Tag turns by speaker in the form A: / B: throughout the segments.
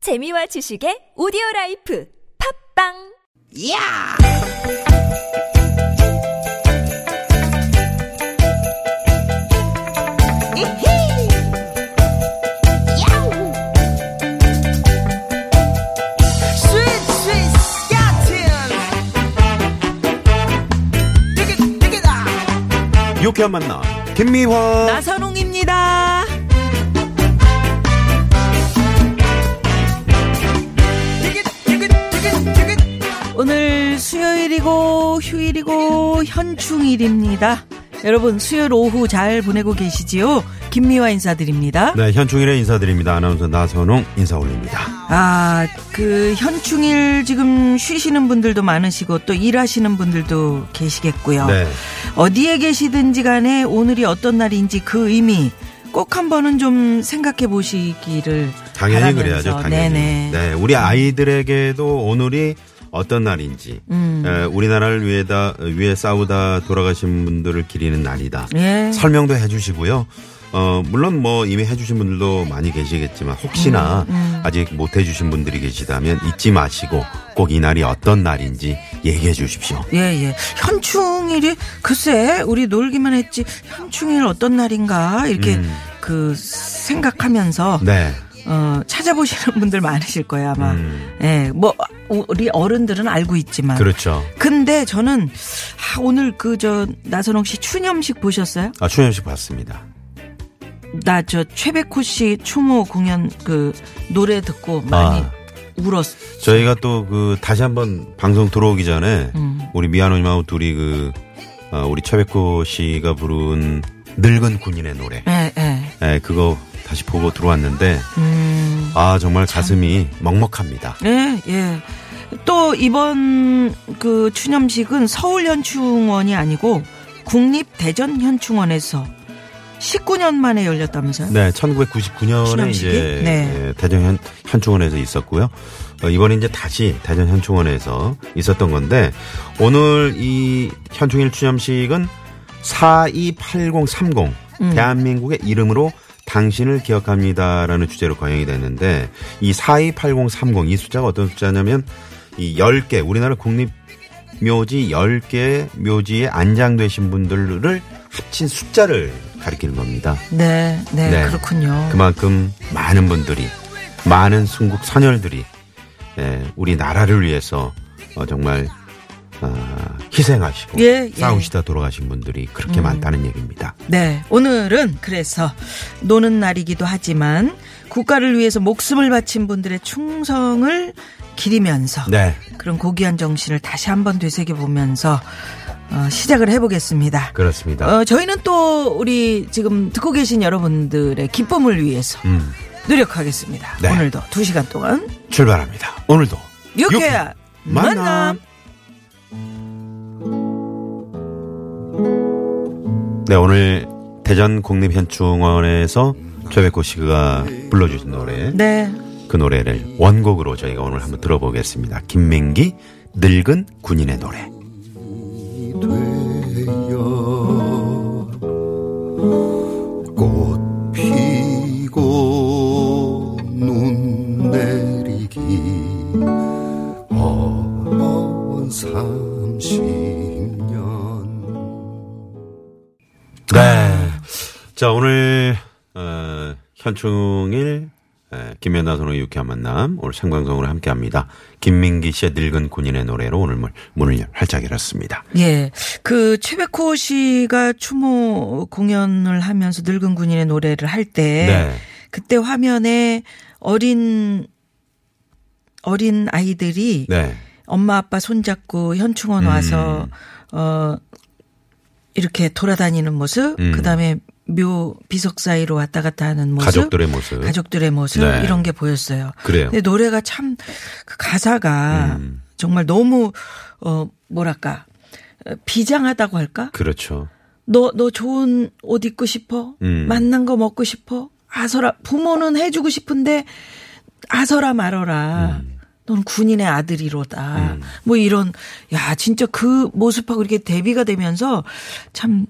A: 재미와 지식의 오디오 라이프 팝빵!
B: 야! 이히! 야우! 스윗, 스윗, 스캇틴! 띠깃, 띠깃아!
C: 유쾌한 만남 김미화
B: 나선홍입니다. 띠깃, 띠깃, 띠깃, 띠깃.
D: 오늘 수요일이고 휴일이고 현충일입니다. 여러분 수요일 오후 잘 보내고 계시지요? 김미화 인사드립니다.
C: 네 현충일에 인사드립니다 아나운서 나선홍 인사 올립니다
D: 아, 그 현충일 지금 쉬시는 분들도 많으시고 또 일하시는 분들도 계시겠고요.
C: 네.
D: 어디에 계시든지 간에 오늘이 어떤 날인지 그 의미 꼭 한번은 좀 생각해 보시기를
C: 당연히
D: 바라면서.
C: 그래야죠 당연히
D: 네네.
C: 네 우리 아이들에게도 오늘이 어떤 날인지
D: 음.
C: 에, 우리나라를 위해다 위해 싸우다 돌아가신 분들을 기리는 날이다
D: 예.
C: 설명도 해주시고요 어 물론 뭐 이미 해주신 분들도 많이 계시겠지만 혹시나
D: 음,
C: 아직 못 해주신 분들이 계시다면 잊지 마시고 꼭 이 날이 어떤 날인지 얘기해 주십시오
D: 예, 예. 현충일이 글쎄 우리 놀기만 했지 현충일 어떤 날인가 이렇게 그 생각하면서
C: 음. 네
D: 어 찾아보시는 분들 많으실 거예요, 아마.
C: 음.
D: 예. 뭐 우리 어른들은 알고 있지만
C: 그렇죠
D: 근데 저는 아, 오늘 그 저 나선홍 씨 추념식 보셨어요?
C: 아 추현식 봤습니다
D: 나 저 최백호 씨 추모 공연 그 노래 듣고 많이
C: 아.
D: 울었어.
C: 저희가 또 그 다시 한번 방송 들어오기 전에 우리 미아노님하고 둘이 그 어, 우리 최백호 씨가 부른 늙은 군인의 노래
D: 예, 예.
C: 예, 그거 다시 보고 들어왔는데
D: 음.
C: 아 정말 가슴이 먹먹합니다.
D: 예, 예. 또 이번 그 추념식은 서울현충원이 아니고 국립대전현충원에서 19년 만에 열렸다면서요?
C: 네, 1999년에
D: 신혼식이?
C: 이제
D: 네.
C: 예, 대전 현, 현충원에서 있었고요. 어, 이번에 이제 다시 대전 현충원에서 있었던 건데 오늘 이 현충일 추념식은 428030
D: 음.
C: 대한민국의 이름으로 당신을 기억합니다라는 주제로 거행이 됐는데 이 428030 이 숫자가 어떤 숫자냐면 이 10개 우리나라 국립 묘지 10개 묘지에 안장되신 분들을 합친 숫자를 가리키는 겁니다.
D: 네, 네,
C: 네.
D: 그렇군요.
C: 그만큼 많은 분들이 많은 순국 선열들이 예, 우리 나라를 위해서 어, 정말 어, 희생하시고
D: 예, 음. 예.
C: 싸우시다 돌아가신 분들이 그렇게 많다는 얘기입니다.
D: 네, 오늘은 그래서 노는 날이기도 하지만 국가를 위해서 목숨을 바친 분들의 충성을 기리면서
C: 네,
D: 그런 고귀한 정신을 다시 한번 되새겨보면서 어, 시작을 해보겠습니다.
C: 그렇습니다.
D: 어, 저희는 또 우리 지금 듣고 계신 여러분들의 기쁨을 위해서
C: 음,
D: 노력하겠습니다.
C: 네.
D: 오늘도 두 시간 동안
C: 출발합니다. 오늘도
D: 유쾌한 만남.
C: 네, 오늘 대전 국립현충원에서 최백호 씨가 불러주신 노래
D: 네.
C: 그 노래를 원곡으로 저희가 오늘 한번 들어보겠습니다. 김민기 늙은 군인의 노래.
E: 되어 꽃 피고 눈 내리기 어머운 삼십 년
C: 네. 자, 오늘, 어, 현충일, 에, 김연아 선호 유쾌한 만남, 오늘 생방송으로 함께 합니다. 김민기 씨의 늙은 군인의 노래로 오늘 문- 문을 열- 활짝 열었습니다.
D: 예. 그 최백호 씨가 추모 공연을 하면서 늙은 군인의 노래를 할 때
C: 네.
D: 그때 화면에 어린 어린 아이들이
C: 네.
D: 엄마 아빠 손잡고
C: 음.
D: 현충원 와서 어 이렇게 돌아다니는 모습
C: 음.
D: 그다음에 묘 비석 사이로 왔다 갔다 하는 모습
C: 가족들의 모습.
D: 가족들의 모습
C: 네.
D: 이런 게 보였어요.
C: 그래요.
D: 근데 노래가 참 그 가사가
C: 음.
D: 정말 너무 어 뭐랄까 어, 비장하다고 할까?
C: 그렇죠.
D: 너 너 좋은 옷 입고 싶어?
C: 음.
D: 맛난 거 먹고 싶어? 아서라 부모는 해주고 싶은데 아서라 말어라. 너는 군인의 아들이로다. 뭐 이런 야 진짜 그 모습하고 이렇게 대비가 되면서 참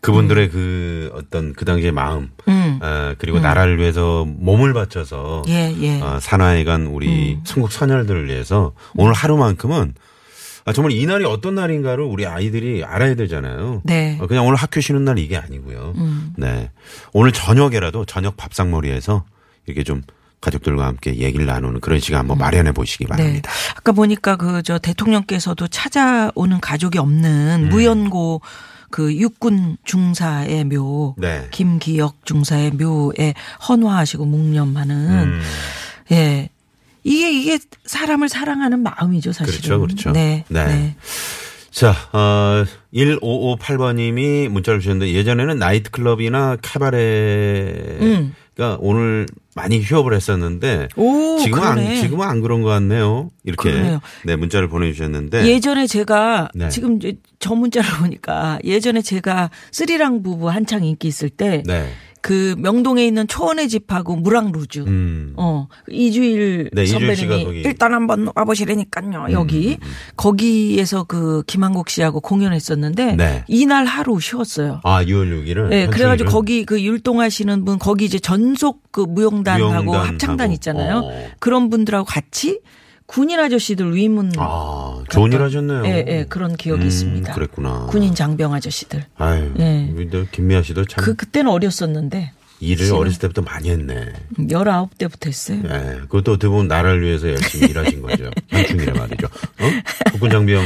C: 그분들의 그 어떤 그 당시의 마음,
D: 음.
C: 어, 그리고 나라를 위해서 몸을 바쳐서
D: 예, 음. 예.
C: 어, 산하에 간 우리 선국 선열들을 위해서 오늘 하루만큼은 아, 정말 이 날이 어떤 날인가를 우리 아이들이 알아야 되잖아요.
D: 네. 음.
C: 어, 그냥 오늘 학교 쉬는 날 이게 아니고요. 네. 오늘 저녁에라도 저녁 밥상머리에서 이렇게 좀 가족들과 함께 얘기를 나누는 그런 시간 한번 마련해 보시기
D: 음. 네.
C: 바랍니다.
D: 아까 보니까 그 저 대통령께서도 찾아오는 가족이
C: 음.
D: 없는 무연고 그 육군 중사의 묘,
C: 네.
D: 김기혁 중사의 묘에 헌화하시고 묵념하는
C: 음,
D: 예. 이게 이게 사람을 사랑하는 마음이죠, 사실은.
C: 그렇죠, 그렇죠.
D: 네.
C: 네.
D: 네.
C: 자, 어, 1558번님이 문자를 주셨는데 예전에는 나이트클럽이나 카바레가
D: 음.
C: 오늘 많이 휴업을 했었는데
D: 오,
C: 지금은 안,
D: 그러네.
C: 지금은 안 그런 것 같네요. 이렇게
D: 그러네요.
C: 네 문자를 보내주셨는데
D: 예전에 제가
C: 네.
D: 지금 이제 저 문자를 보니까 예전에 제가 쓰리랑 부부 한창 인기 있을 때
C: 네,
D: 그 명동에 있는 초원의 집하고 무랑루즈.
C: 음,
D: 어 이주일
C: 네, 이주일 씨가
D: 선배님이
C: 거기. 음,
D: 일단 한번 와보시라니까요 여기 거기에서 그 김한국 씨하고 공연했었는데
C: 네.
D: 이날 하루 쉬었어요.
C: 아 6월 6일을
D: 네, 그래가지고 거기 그 율동하시는 분 거기 이제 전속 그 무용단하고
C: 무용단하고.
D: 합창단 있잖아요.
C: 어.
D: 그런 분들하고 같이 군인 아저씨들 위문
C: 아 좋은 일 하셨네요.
D: 예, 예, 그런 기억이
C: 음,
D: 있습니다.
C: 그랬구나.
D: 군인 장병 아저씨들.
C: 아유,
D: 네.
C: 우리 너 김미아 씨도 참
D: 그 그때는 어렸었는데
C: 일을 어렸을 때부터 많이 했네.
D: 19대부터 했어요.
C: 예, 그것도 어떻게 보면 나라를 위해서 열심히 일하신 거죠. 한충이라 말이죠. 어? 국군 장병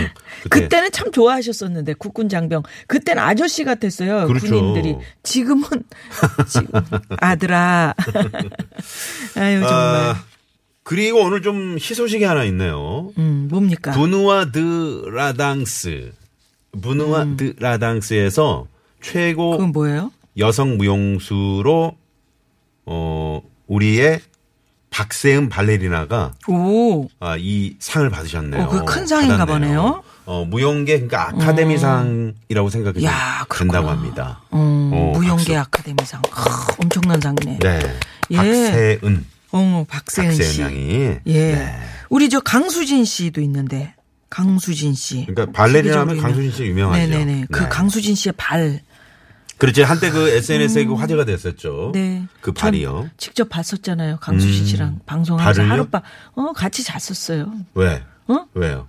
C: 그때.
D: 그때는 참 좋아하셨었는데 국군 장병 그때는 아저씨 같았어요
C: 그렇죠.
D: 군인들이 지금은 지금 아들아 아유 정말
C: 아, 그리고 오늘 좀 희소식이 하나 있네요.
D: 음 뭡니까
C: 부누아 드 라당스. 부누아 드 라당스에서 최고
D: 음. 그건 뭐예요
C: 여성 무용수로 어 우리의 박세은 발레리나가
D: 오
C: 아, 이 상을 받으셨네요.
D: 어, 그큰 상인가
C: 받았네요.
D: 보네요. 어.
C: 어, 무용계 그러니까 아카데미 상이라고 생각이
D: 야,
C: 된다고
D: 그렇구나.
C: 합니다.
D: 음,
C: 오,
D: 무용계 아카데미상 크, 엄청난 상이네
C: 네.
D: 예.
C: 박세은
D: 어 박세은
C: 박세은
D: 씨
C: 양이
D: 예.
C: 네.
D: 우리 저 강수진 씨도 있는데 강수진 씨.
C: 그러니까 발레리나 하면
D: 세계적으로
C: 강수진 씨 유명하죠.
D: 네네네.
C: 네.
D: 그 강수진 씨의 발.
C: 그렇지 한때 그 SNS에 그 화제가 됐었죠.
D: 네.
C: 그
D: 전
C: 발이요.
D: 직접 봤었잖아요. 강수진
C: 음.
D: 씨랑 방송하면서
C: 발을요?
D: 하룻밤 어 같이 잤었어요.
C: 왜?
D: 어?
C: 왜요?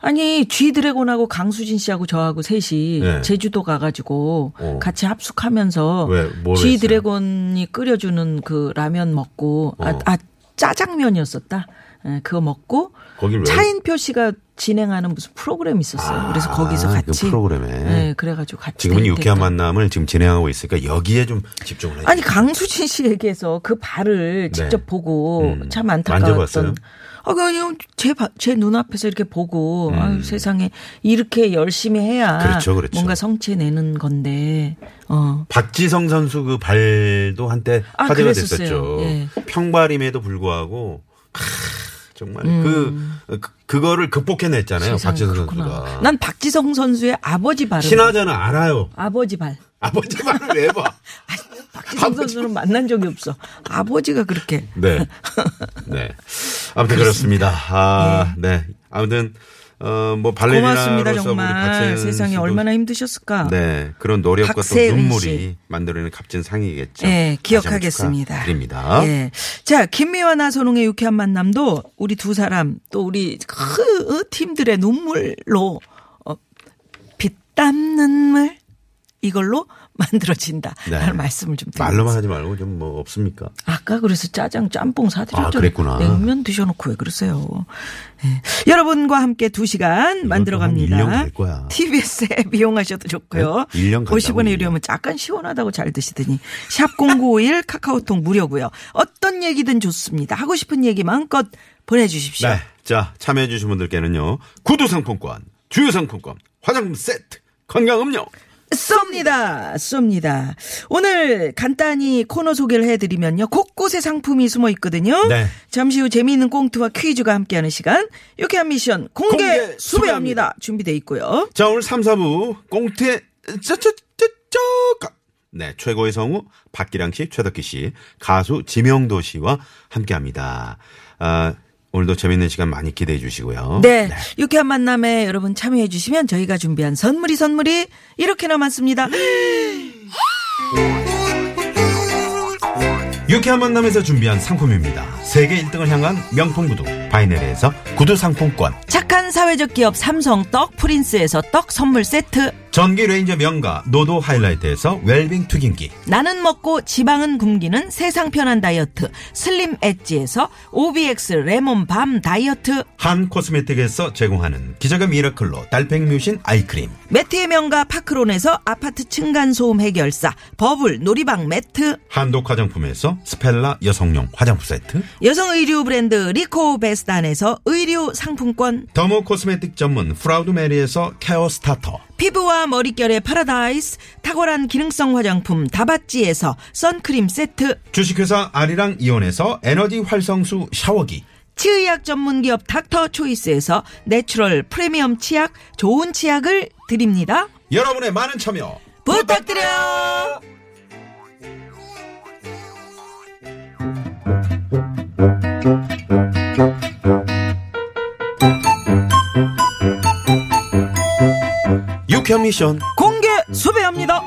D: 아니 쥐 드래곤하고 강수진 씨하고 저하고 셋이
C: 네.
D: 제주도 가가지고
C: 어.
D: 같이 합숙하면서
C: 왜? 뭘
D: 쥐
C: 했어요?
D: 드래곤이 끓여주는 그 라면 먹고 아,
C: 어.
D: 아 짜장면이었었다. 예, 그거 먹고
C: 거길 왜?
D: 차인표 씨가 진행하는 무슨 프로그램 이 있었어요. 그래서 거기서
C: 아,
D: 같이
C: 그 프로그램에.
D: 네, 그래가지고 같이
C: 지금은
D: 데이트했던.
C: 유쾌한 만남을 지금 진행하고 있으니까 여기에 좀 집중을 해요.
D: 아니 강수진 씨에게서 그 발을 직접 보고
C: 네. 음.
D: 참
C: 만져봤어요?
D: 안타까웠던. 아, 그냥 제, 바- 제 눈앞에서 이렇게 보고, 아유, 세상에, 이렇게 열심히 해야.
C: 음. 그렇죠, 그렇죠.
D: 뭔가 성취 내는 건데, 어.
C: 박지성 선수 그 발도 한때
D: 아,
C: 화제가
D: 그랬었어요.
C: 됐었죠.
D: 예.
C: 평발임에도 불구하고 크, 정말 그, 그 그거를 극복해냈잖아요.
D: 음. 세상에
C: 박지성
D: 그렇구나.
C: 선수가.
D: 난 박지성 선수의 아버지 발을.
C: 신화자는 알아요.
D: 아버지 발.
C: 아버지 말을 왜 봐?
D: 박지성 선수는 만난 적이 없어. 아버지가 그렇게.
C: 네. 네. 아무튼 그렇습니다. 아, 네. 아무튼 어, 뭐 발레리나로서
D: 예. 고맙습니다,
C: 우리 박세은
D: 정말. 세상에
C: 씨도
D: 얼마나 힘드셨을까.
C: 네, 그런 노력과 또
D: 박세은
C: 눈물이
D: 씨.
C: 만들어낸 값진 상이겠죠.
D: 예, 기억하겠습니다.
C: 드립니다.
D: 예. 자, 김미화 나선홍의 유쾌한 만남도 우리 두 사람 또 우리 그 팀들의 눈물로 어, 빗땀 눈물 이걸로 만들어진다.
C: 네.
D: 라는 말씀을 좀 드립니다.
C: 말로만 하지 말고 좀 뭐 없습니까?
D: 아까 그래서 짜장 짬뽕 사드렸죠.
C: 아, 그랬구나.
D: 냉면 드셔놓고 왜 그러세요? 예. 여러분과 함께 두 시간 만들어갑니다.
C: 또한 1년 갈 거야.
D: TBS 앱 이용하셔도 좋고요.
C: 네? 1년 간다고,
D: 50원의
C: 1년.
D: 유료 면 약간 시원하다고 잘 드시더니 샵 #0951 카카오톡 무료고요. 어떤 얘기든 좋습니다. 하고 싶은 얘기 마음껏 보내주십시오.
C: 네. 자, 참여해주신 분들께는요. 구두상품권, 주유상품권, 화장품 세트, 건강음료.
D: 쏩니다. 쏩니다. 오늘 간단히 코너 소개를 해드리면요. 곳곳에 상품이 숨어 있거든요.
C: 네.
D: 잠시 후 재미있는 꽁트와 퀴즈가 함께하는 시간. 유쾌한 미션 공개,
C: 공개
D: 수배합니다.
C: 수배합니다.
D: 준비돼 있고요.
C: 자, 오늘 3, 4부 꽁트의 짜짜짜짜가 네, 최고의 성우 박기량 씨, 최덕기 씨, 가수 지명도 씨와 함께합니다. 아, 오늘도 재밌는 시간 많이 기대해 주시고요.
D: 네. 유쾌한 만남에 여러분 참여해 주시면 저희가 준비한 선물이 선물이 이렇게나 많습니다.
C: 유쾌한 만남에서 준비한 상품입니다. 세계 1등을 향한 명품 구두 바이네리에서 구두 상품권
D: 착한 사회적 기업 삼성 떡 프린스에서 떡 선물 세트.
C: 전기 레인저 명가 노도 하이라이트에서 웰빙 튀김기
D: 나는 먹고 지방은 굶기는 세상 편한 다이어트. 슬림 엣지에서 OBX 레몬 밤 다이어트.
C: 한 코스메틱에서 제공하는 기적의 미라클로 달팽이 뮤신 아이크림
D: 매트의 명가 파크론에서 아파트 층간소음 해결사. 버블 놀이방 매트.
C: 한독 화장품에서 스펠라 여성용 화장품 세트
D: 여성 의류 브랜드 리코 베스단에서 의류 상품권.
C: 더모 코스메틱 전문 프라우드 메리에서 케어 스타터
D: 피부와 머릿결의 파라다이스. 탁월한 기능성 화장품 다바찌에서 선크림 세트.
C: 주식회사 아리랑 이온에서 에너지 활성수 샤워기
D: 치의학 전문기업 닥터 초이스에서 내추럴 프리미엄 치약 좋은 치약을 드립니다.
C: 여러분의 많은 참여
D: 부탁드려요.
C: 유쾌한 미션
D: 공개 수배합니다.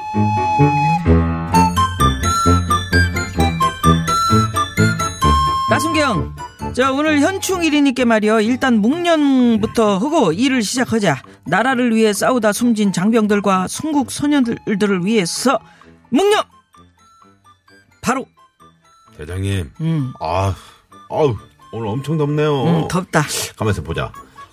D: 나순경, 자 오늘 현충일이니까 말이요. 일단 묵년부터 하고 일을 시작하자. 나라를 위해 싸우다 숨진 장병들과 순국 소년들들을 위해서 묵년. 바로
C: 대장님
D: 음,
C: 아, 아우, 오늘 엄청 덥네요.
D: 음, 덥다.
C: 가만있어 보자.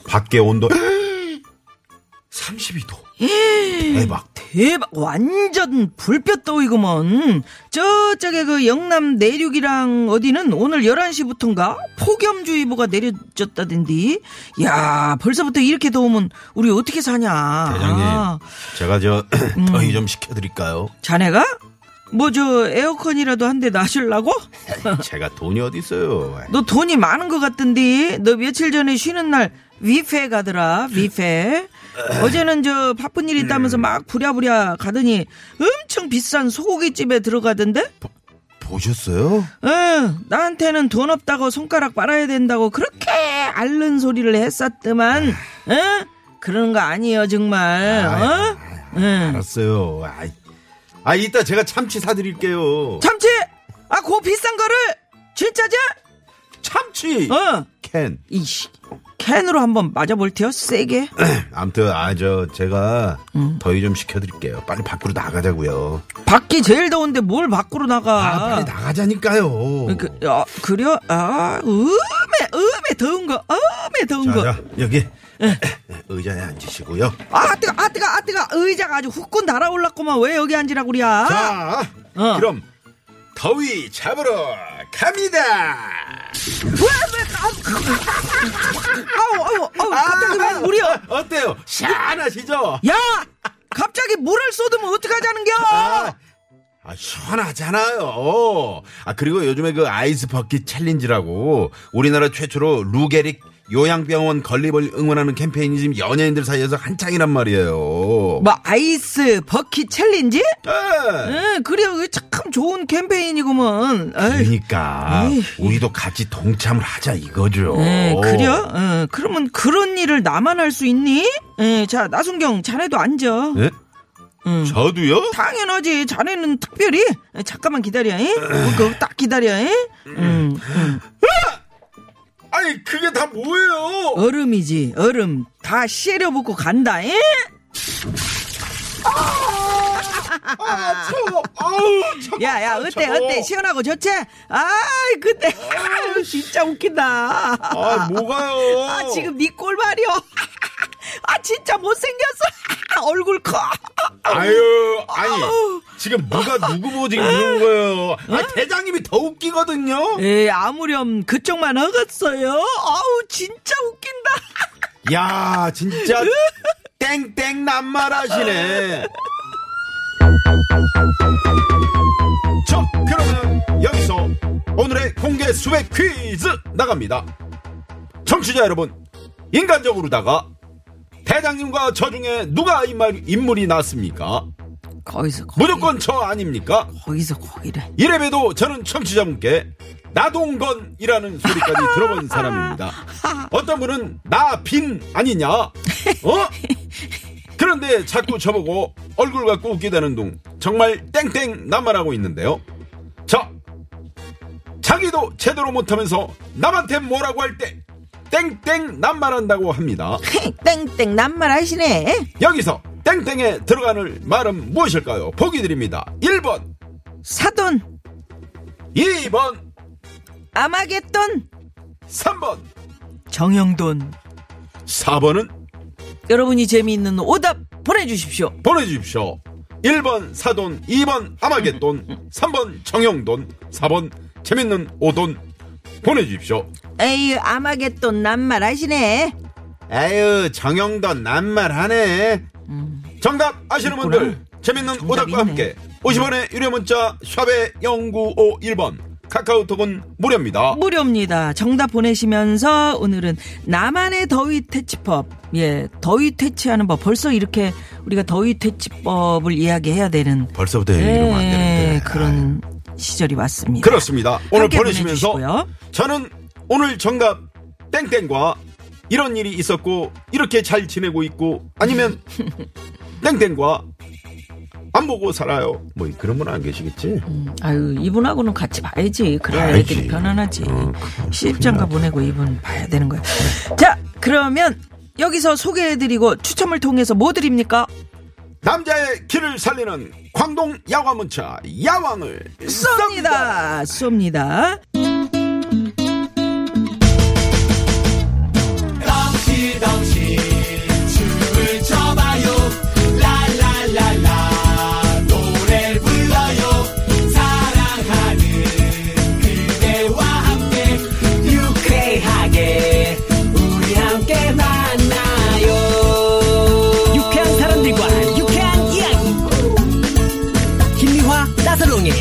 C: 밖에 온도 32도.
D: 음.
C: 대박.
D: 대박 완전 불볕 더위구먼 저쪽에 그 영남 내륙이랑 어디는 오늘 11시부터인가 폭염주의보가 내려졌다던디 야 벌써부터 이렇게 더우면 우리 어떻게 사냐
C: 대장님,
D: 아,
C: 제가 저
D: 음.
C: 더위 좀 시켜드릴까요?
D: 자네가 뭐 저 에어컨이라도 한 대 놔주려고?
C: 제가 돈이 어디 있어요?
D: 너 돈이 많은 것 같던데 너 며칠 전에 쉬는 날 위페 가더라 위페 어제는 저 바쁜 일
C: 음.
D: 있다면서 막 부랴부랴 가더니 엄청 비싼 소고기 집에 들어가던데
C: 보셨어요?
D: 응 나한테는 돈 없다고 손가락 빨아야 된다고 그렇게 앓는 소리를 했었더만 응 그러는 거 아니에요 정말
C: 아,
D: 어? 응
C: 음. 알았어요. 아이. 아, 이따 제가 참치 사드릴게요.
D: 참치 아 그 비싼 거를 진짜지
C: 참치!
D: 어
C: 캔.
D: 이씨 캔으로 한번 맞아볼 테요 세게
C: 암튼, 아, 저, 제가 더위 좀 식혀드릴게요. 빨리 밖으로 나가자고요.
D: 밖이 제일 더운데 뭘 밖으로
C: 아,
D: 나가?
C: 빨리 나가자니까요.
D: 그, 아, 그려? 아, 음에, 음에 더운 거, 음에 더운
C: 자,
D: 거.
C: 자, 여기
D: 예.
C: 의자에 앉으시고요.
D: 아, 뜨거, 아, 뜨거, 아, 뜨거. 의자가 아주 후끈 날아올랐구만. 왜 여기 앉으라고 그랴?
C: 자,
D: 아! 어.
C: 그럼 더위 잡으러 갑니다.
D: 아우, 아우, 아우, 갑자기 왜 우려?
C: 어때요? 시원하시죠?
D: 야! 갑자기 물을 쏟으면 어떡하자는겨?
C: 아, 아, 시원하잖아요. 아 그리고 요즘에 그 아이스 버킷 챌린지라고 우리나라 최초로 루게릭 요양병원 건립을 응원하는 캠페인이 지금 연예인들 사이에서 한창이란 말이에요.
D: 뭐, 아이스 버킷 챌린지?
C: 예.
D: 응, 그래. 이거 참 좋은 캠페인이구만. 에이.
C: 그러니까
D: 에이.
C: 우리도 같이 동참을 하자 이거죠.
D: 에, 그려? 어, 그러면 그런 일을 나만 할 수 있니? 에, 자, 나순경, 자네도 앉아.
C: 예?
D: 음.
C: 저도요?
D: 당연하지. 자네는 특별히. 에, 잠깐만 기다려. 잉? 어, 그거 딱 기다려. 잉? 음, 음.
C: 아니 그게 다 뭐예요?
D: 얼음이지. 얼음. 다 씨려붙고 간다. 잉?
C: 아, 추워. 아우, 참.
D: 야, 야, 어때, 어때? 시원하고 좋지? 아이, 근데, 아유, 진짜 웃긴다.
C: 아, 뭐가요?
D: 아, 지금 니 꼴말이요. 아, 진짜 못생겼어. 얼굴 커.
C: 아유, 아니. 지금 누가 누구 보지 그런 거예요. 아, 대장님이 더 웃기거든요.
D: 에 아무렴 그쪽만 하겠어요. 아우 진짜 웃긴다.
C: 야, 진짜 땡땡 난말하시네. 자, 그러면 여기서 오늘의 공개 수백 퀴즈 나갑니다. 청취자 여러분, 인간적으로다가 대장님과 저 중에 누가 인물, 인물이 났습니까?
D: 거기서 거기,
C: 무조건 저 아닙니까?
D: 거기서 거기래.
C: 이래봬도 저는 청취자분께
F: 나동건이라는 소리까지 들어본 사람입니다. 어떤 분은 나 빈 아니냐? 어? 그런데 자꾸 저보고 얼굴 갖고 웃기다는 둥 정말 땡땡 난만하고 있는데요. 자, 자기도 제대로 못하면서 남한테 뭐라고 할 때 땡땡 난만한다고 합니다.
D: 땡땡 낱말 하시네.
F: 여기서 땡땡에 들어가는 말은 무엇일까요? 보기 드립니다. 1번,
D: 사돈
F: 2번,
D: 아마겟돈
F: 3번,
D: 정영돈
F: 4번은
D: 여러분이 재미있는 오답 보내주십시오.
F: 보내주십시오. 1번 사돈, 2번 아마겟돈, 3번 정영돈, 4번 재밌는 오돈 보내주십시오.
D: 에이 아마겟돈 낱말 하시네.
F: 에휴 정영돈 난말하네. 정답 아시는
D: 있구나.
F: 분들 재밌는
D: 정답이
F: 오답과
D: 있네.
F: 함께 50원의 유료 문자 샵의 0951번 카카오톡은 무료입니다.
D: 무료입니다. 정답 보내시면서 오늘은 나만의 더위 퇴치법. 예, 더위 퇴치하는 법. 벌써 이렇게 우리가 더위 퇴치법을 이야기해야 되는
C: 벌써부터
D: 예,
C: 네, 이러면 안 되는데. 아.
D: 그런 시절이 왔습니다.
F: 그렇습니다. 오늘
D: 함께
F: 보내시면서
D: 보내주시고요.
F: 저는 오늘 정답 땡땡과 이런 일이 있었고 이렇게 잘 지내고 있고 아니면 땡땡과 안 보고 살아요.
C: 뭐 그런 분 안 계시겠지?
D: 음. 아유, 이분하고는 같이 봐야지. 그래야
C: 봐야지.
D: 애들이 편안하지.
C: 어, 그-
D: 시집장가
C: 큰일
D: 보내고 이분 봐야 되는 거야. 자, 그러면 여기서 소개해드리고 추첨을 통해서 뭐 드립니까?
F: 남자의 길을 살리는 광동 야화문차 야왕을
D: 쏩니다. 쏩니다.
G: 유쾌하게 우리 함께 만나요 유쾌한 사람들과 유쾌한 이야기 김미화 나선롱의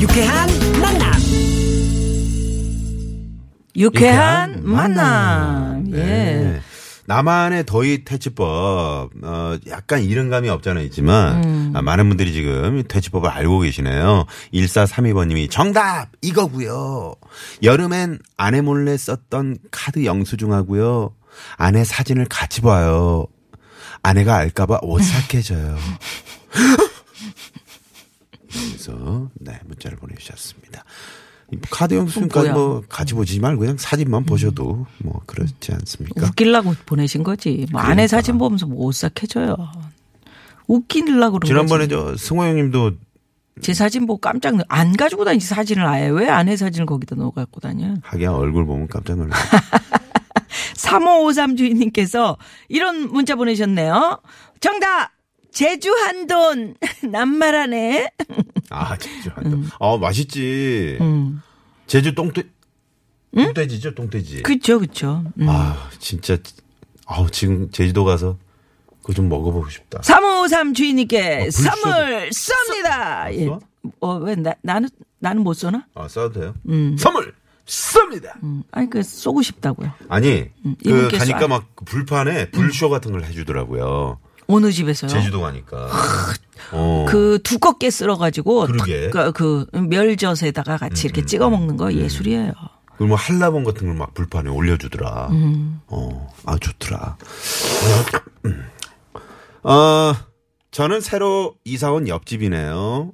G: 유쾌한 만남
D: 유쾌한
C: 유쾌한
D: 만남. 예.
C: 네. 나만의 더위 퇴치법 어 약간 이른감이 없잖아 있지만
D: 음.
C: 아, 많은 분들이 지금 이 퇴치법을 알고 계시네요. 1432번님이 정답 이거고요. 여름엔 아내 몰래 썼던 카드 영수증하고요. 아내 사진을 같이 봐요. 아내가 알까봐 오싹해져요. 그래서 네 문자를 보내주셨습니다. 이 카드 영수증까지
D: 뭐야?
C: 뭐 같이 보지 말고 그냥 사진만 보셔도 뭐 그렇지 않습니까? 그러니까.
D: 웃기려고 보내신 거지. 뭐 아내 사진 보면서 뭐 오싹해져요. 웃기려고 그런
C: 지난번에 저
D: 거지.
C: 승호 형님도
D: 제 사진 보고 깜짝 놀. 안 가지고 다니지 사진을 아예 왜 아내 사진을 거기다 넣어 갖고 다녀?
C: 하기야 얼굴 보면 깜짝 놀랐어요.
D: 3553 주인님께서 이런 문자 보내셨네요. 정답 제주 한돈 남말하네.
C: 아 제주 한돈 아 맛있지.
D: 음.
C: 제주 똥돼 똥돼지죠 똥돼지.
D: 그렇죠, 그렇죠.
C: 아 진짜 아우 지금 제주도 가서 그거 좀 먹어보고 싶다.
D: 3553 주인님께
C: 아, 불
D: 선물 쏩니다. 예.
C: 쏴?
D: 어, 왜 나, 나는 나는 못 쏘나?
C: 아 써도 돼요?
F: 선물 쏩니다.
D: 음, 아니 그 쏘고 싶다고요.
C: 아니 그
D: 이분께
C: 가니까
D: 쏴.
C: 막 불판에 불쇼 같은 걸 해주더라고요.
D: 아- 음. 어느 집에서요?
C: 제주도 가니까. 어.
D: 그 두껍게 쓸어가지고
C: 그러게. 음,
D: 탁- 그, 그 멸젓에다가 같이 이렇게 찍어 먹는 거 예술이에요.
C: 그리고 뭐 한라봉 같은 걸 막 불판에 올려주더라. 어, 아 좋더라. 음. 어, 저는 새로 이사 온 옆집이네요.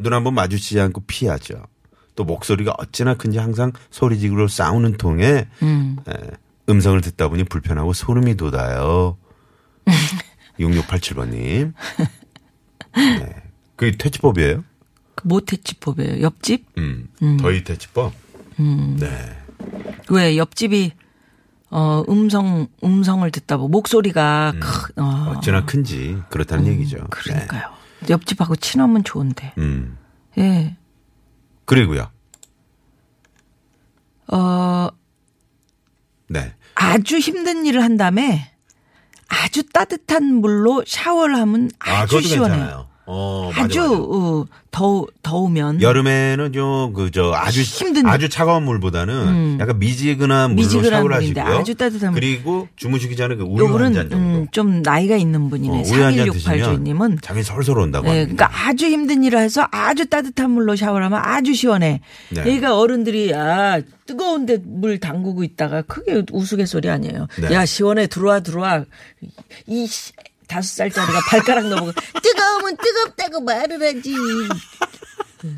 C: 눈 한번 마주치지 않고 피하죠. 또 목소리가 어찌나 큰지 항상 소리지르로 싸우는 통에
D: 음.
C: 에, 음성을 듣다 보니 불편하고 소름이 돋아요. 6687번님. 네. 그게 퇴치법이에요?
D: 그 모태집법이에요. 옆집
C: 음. 더위 퇴치법? 네.
D: 왜 옆집이 어 음성 음성을 듣다 보면 목소리가 크, 어,
C: 음. 어찌나 큰지 그렇다는 얘기죠. 네.
D: 음, 그러니까요. 옆집하고 친하면 좋은데
C: 음.
D: 예.
C: 그리고요.
D: 어
C: 네.
D: 아주 힘든 일을 한 다음에 아주 따뜻한 물로 샤워를 하면
C: 아,
D: 아주
C: 그것도
D: 시원해요.
C: 괜찮아요.
F: 어, 맞아,
D: 아주
F: 맞아.
D: 어, 더우 더우면
C: 여름에는 좀 그저 아주
D: 힘든 음.
C: 아주 차가운 물보다는 약간 미지근한 물로
D: 미지근한
C: 샤워를
D: 물인데
C: 하시고요.
D: 아주 따뜻한 물.
C: 그리고 주무시기 전에 그 우유 한
D: 요분은
C: 잔 정도.
D: 음, 좀 나이가 있는
C: 어,
D: 분이네.
C: 우유 한 잔
D: 3168
C: 드시면
D: 주인님은
C: 잠이 솔솔 온다고
D: 예,
C: 합니다.
D: 그러니까 아주 힘든 일을 해서 아주 따뜻한 물로 샤워를 하면 아주 시원해.
C: 네.
D: 얘가 어른들이 아 뜨거운데 물 담그고 있다가 그게 우스갯소리 아니에요.
C: 네.
D: 야 시원해 들어와 들어와 이 씨, 다섯 살짜리가 발가락 넘어가 뜨거우면 뜨겁다고 말을 하지.
C: 어.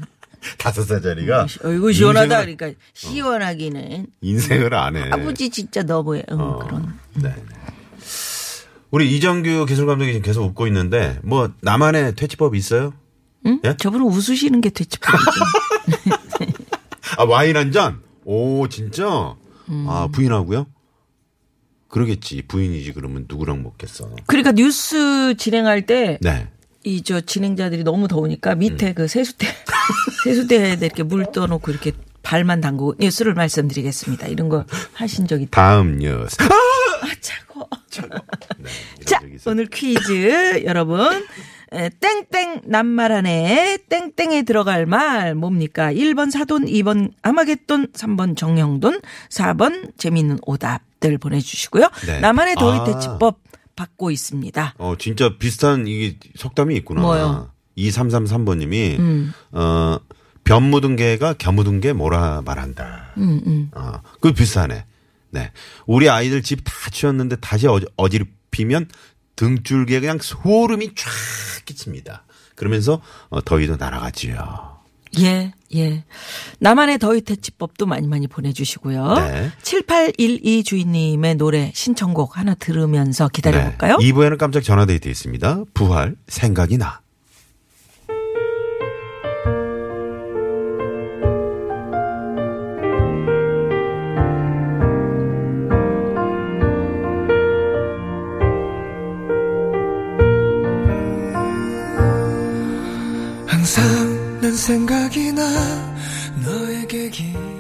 C: 다섯 살짜리가
D: 어이구 시원하다
C: 인생을,
D: 그러니까
C: 어. 네.
D: 시원하기는
C: 인생을 안 해.
D: 아버지 진짜 너무해. 음, 그런
C: 네. 우리 이정규 기술 감독이 지금 계속 웃고 있는데 뭐 나만의 퇴치법 있어요?
D: 저분은 웃으시는 게 대체 뭐지?
C: 아 와인 한 잔. 오 진짜.
D: 음.
C: 아 부인하고요? 그러겠지 부인이지 그러면 누구랑 먹겠어?
D: 그러니까 뉴스 진행할 때
C: 네.
D: 이 저 진행자들이 너무 더우니까
C: 음.
D: 밑에 그 세수대 세수대에 이렇게 물 떠놓고 이렇게 발만 담그고 뉴스를 말씀드리겠습니다. 이런 거 하신 적이 다
C: 다음 뉴스. 아!
D: 차고.
C: 네, 이런
D: 자
C: 적이 있어요.
D: 오늘 퀴즈 여러분 에, 땡땡 남말안에 땡땡에 들어갈 말 뭡니까? 1번 사돈, 2번 아마겟돈, 3번 정형돈, 4번 재미있는 오답들 보내주시고요.
C: 네.
D: 나만의 더위
C: 아.
D: 대치법 받고 있습니다.
C: 어 진짜 비슷한 이게 석담이 있구나.
D: 뭐요? 음.
C: 2333번님이 어변 묻은 개가 겨 묻은 개 뭐라 말한다.
D: 음,
C: 어, 그 비슷하네. 네. 우리 아이들 집 다 치웠는데 다시 어지, 어지럽히면 등줄기에 그냥 소름이 쫙 끼칩니다. 그러면서 어, 더위도 날아가지요.
D: 예, 예. 나만의 더위 퇴치법도 많이 많이 보내주시고요.
C: 네.
D: 7812 주인님의 노래 신청곡 하나 들으면서 기다려볼까요?
C: 네. 2부에는 깜짝 전화데이트 있습니다. 부활 생각이 나.
B: 항상 난 생각이 나 너에게 기